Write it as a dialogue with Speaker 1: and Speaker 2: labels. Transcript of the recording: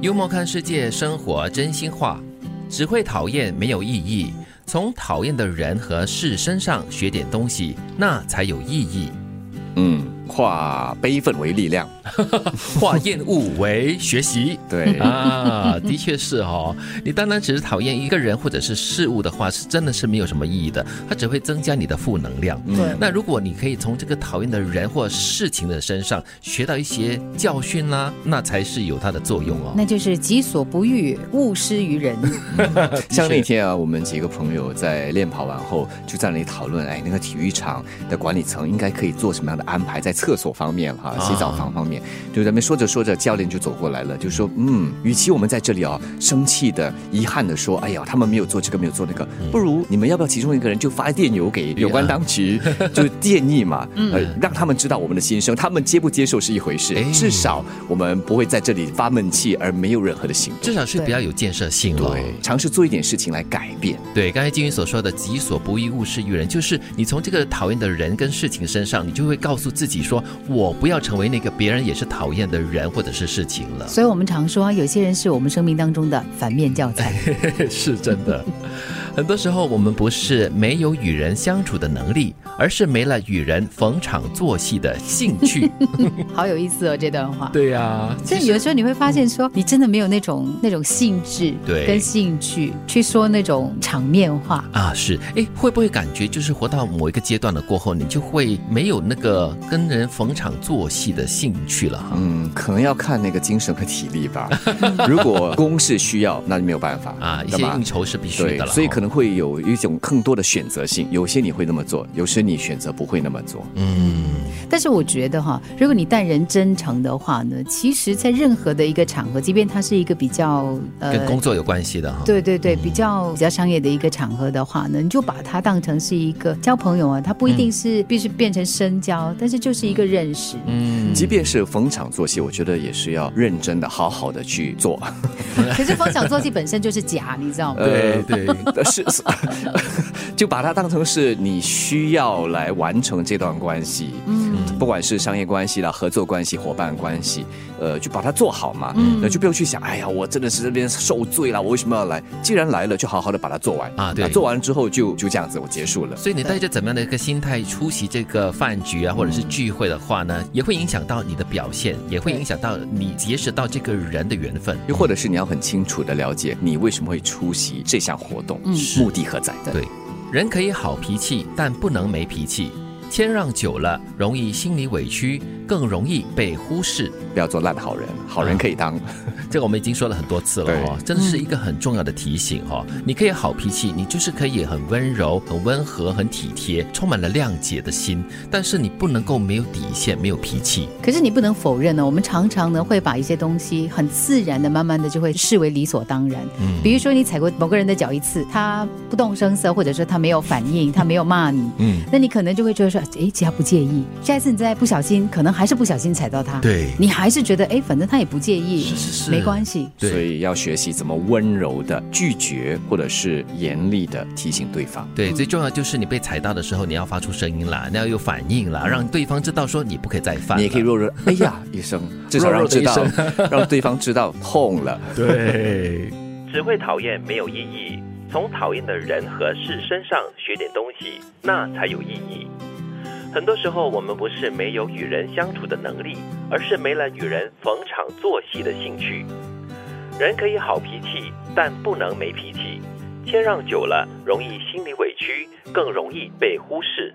Speaker 1: 幽默看世界，生活真心话，只会讨厌没有意义。从讨厌的人和事身上学点东西，那才有意义。
Speaker 2: 嗯，化悲愤为力量，
Speaker 1: 化厌恶为学习。
Speaker 2: 对，
Speaker 1: 啊， 的确是哦。你单单只是讨厌一个人或者是事物的话，是真的是没有什么意义的，它只会增加你的负能量。
Speaker 2: 嗯
Speaker 1: 那如果你可以从这个讨厌的人或事情的身上学到一些教训啦、那才是有它的作用哦。
Speaker 3: 那就是己所不欲，勿施 于人。
Speaker 2: 像那天啊，我们几个朋友在练跑完后，就在那里讨论，哎，那个体育场的管理层应该可以做什么样的安排，在厕所方面哈、
Speaker 1: 啊
Speaker 2: 洗澡房方面，就咱们说着说着，教练就走过来了，就说，嗯，与其我们在这里啊生气的、遗憾的说，哎呀，他们没有做这个，没有做那个，
Speaker 1: 嗯
Speaker 2: 不如你们要不要其中一个人就发电邮给有关当局，就建 议嘛，呃，让他们知道我们的心声，他们接不接受是一回事
Speaker 1: 哎，
Speaker 2: 至少我们不会在这里发闷气而没有任何的行动。
Speaker 1: 至少是比较有建设性了。哦
Speaker 2: 对，尝试做一点事情来改变。
Speaker 1: 对，刚才金云所说的“己所不欲，勿施于人”，就是你从这个讨厌的人跟事情身上，你就会告诉自己说：“我不要成为那个别人也是讨厌的人或者是事情了。
Speaker 3: 所以我们常说，有些人是我们生命当中的反面教材。”
Speaker 1: 哎 是真的。很多时候，我们不是没有与人相处的能力，而是没了与人逢场作戏的兴 趣。
Speaker 3: 好有意思哦，这段话。
Speaker 1: 对呀、啊，
Speaker 3: 所以有时候你会发现说，你真的没有那种那种兴致
Speaker 1: 对
Speaker 3: 跟兴趣去说那种场面话。
Speaker 1: 啊，是，哎，会不会感觉就是活到某一个阶段了过后，你就会没有那个跟人逢场作戏的兴趣了哈？
Speaker 2: 嗯，可能要看那个精神和体 力吧。如果公事需要，那就没有办法
Speaker 1: 啊，一
Speaker 2: 干
Speaker 1: 些
Speaker 2: 嘛
Speaker 1: 应酬是必须
Speaker 2: 对
Speaker 1: 的，了，
Speaker 2: 所以
Speaker 1: 哈
Speaker 2: 可能会有一种更多的选择性，有些你会那么做，有些你选择不会那么做。
Speaker 1: 嗯，
Speaker 3: 但是我觉得哈，如果你待人真诚的话呢，其实在任何的一个场合，即便它是一个比较呃
Speaker 1: 跟工作有关系的哈。
Speaker 3: 对对对，比较比较商业的一个场合的话呢，你就把它当成是一个交朋友啊，它
Speaker 1: 嗯
Speaker 3: 不一定是必须变成深交，但是就是一个认识。
Speaker 1: 嗯，
Speaker 2: 即便是逢场作戏，我觉得也是要认真的、好好的去做。
Speaker 3: 可是逢场作戏本身就是假，你知道吗？
Speaker 1: 对对，
Speaker 2: 呃是 是，就把它当成是你需要来完成这段关系，嗯，不管是商业关系啦、合作关系、伙伴关系，呃，就把它做好嘛，嗯，就不要去想，哎呀，我真的是这边受罪了，我为什么要来？既然来了，就好好的把它做完
Speaker 1: 啊对
Speaker 2: 那做完之后就就这样子，我结束了。
Speaker 1: 所以你带着怎么样的一个心态出席这个饭局啊，或者是聚会的话呢，也会影响到你的表现，也会
Speaker 3: 对
Speaker 1: 影响到你结识到这个人的缘分。
Speaker 2: 又或者是你要很清楚的了解你为什么会出席这项活动，
Speaker 3: 嗯
Speaker 2: 目的何在？
Speaker 1: 对，人可以好脾气，但不能没脾气。谦让久了，容易心里委屈，更容易被忽视。
Speaker 2: 不要做烂好
Speaker 1: 啊
Speaker 2: 人，好人可以当。
Speaker 1: 这个我们已经说了很多次了哦，真的是一个很重要的提醒哦。你可以好脾气，你就是可以很温柔、很温和、很体贴，充满了谅解的心，但是你不能够没有底线、没有脾气。
Speaker 3: 可是你不能否认呢，我们常常呢会把一些东西很自然的、慢慢的就会视为理所当然。
Speaker 1: 嗯
Speaker 3: 比如说你踩过某个人的脚一次，他不动声色，或者说他没有反应，他没有骂你，
Speaker 1: 嗯，
Speaker 3: 那你可能就会觉得说，诶，其实他不介意。下一次你再不小心，可能还是不小心踩到他，
Speaker 1: 对
Speaker 3: 你还是觉得，诶，反正他也不介意，
Speaker 1: 是是是
Speaker 3: 没关系。
Speaker 1: 对
Speaker 2: 所以要学习怎么温柔的拒绝，或者是严厉的提醒对方。
Speaker 1: 对，最重要就是你被踩到的时候，你要发出声音啦，你要有反应啦，让对方知道说你不可以再犯了。
Speaker 2: 你也可以弱弱，哎呀一声，至少
Speaker 1: 弱弱
Speaker 2: 让
Speaker 1: 地
Speaker 2: 知
Speaker 1: 一
Speaker 2: 道
Speaker 1: 声，
Speaker 2: 让对方知道痛了。
Speaker 1: 对。
Speaker 4: 只会讨厌没有意义。从讨厌的人和事身上学点东西，那才有意义。很多时候，我们不是没有与人相处的能力，而是没了与人逢场作戏的兴趣。人可以好脾气，但不能没脾气。谦让久了，容易心里委屈，更容易被忽视。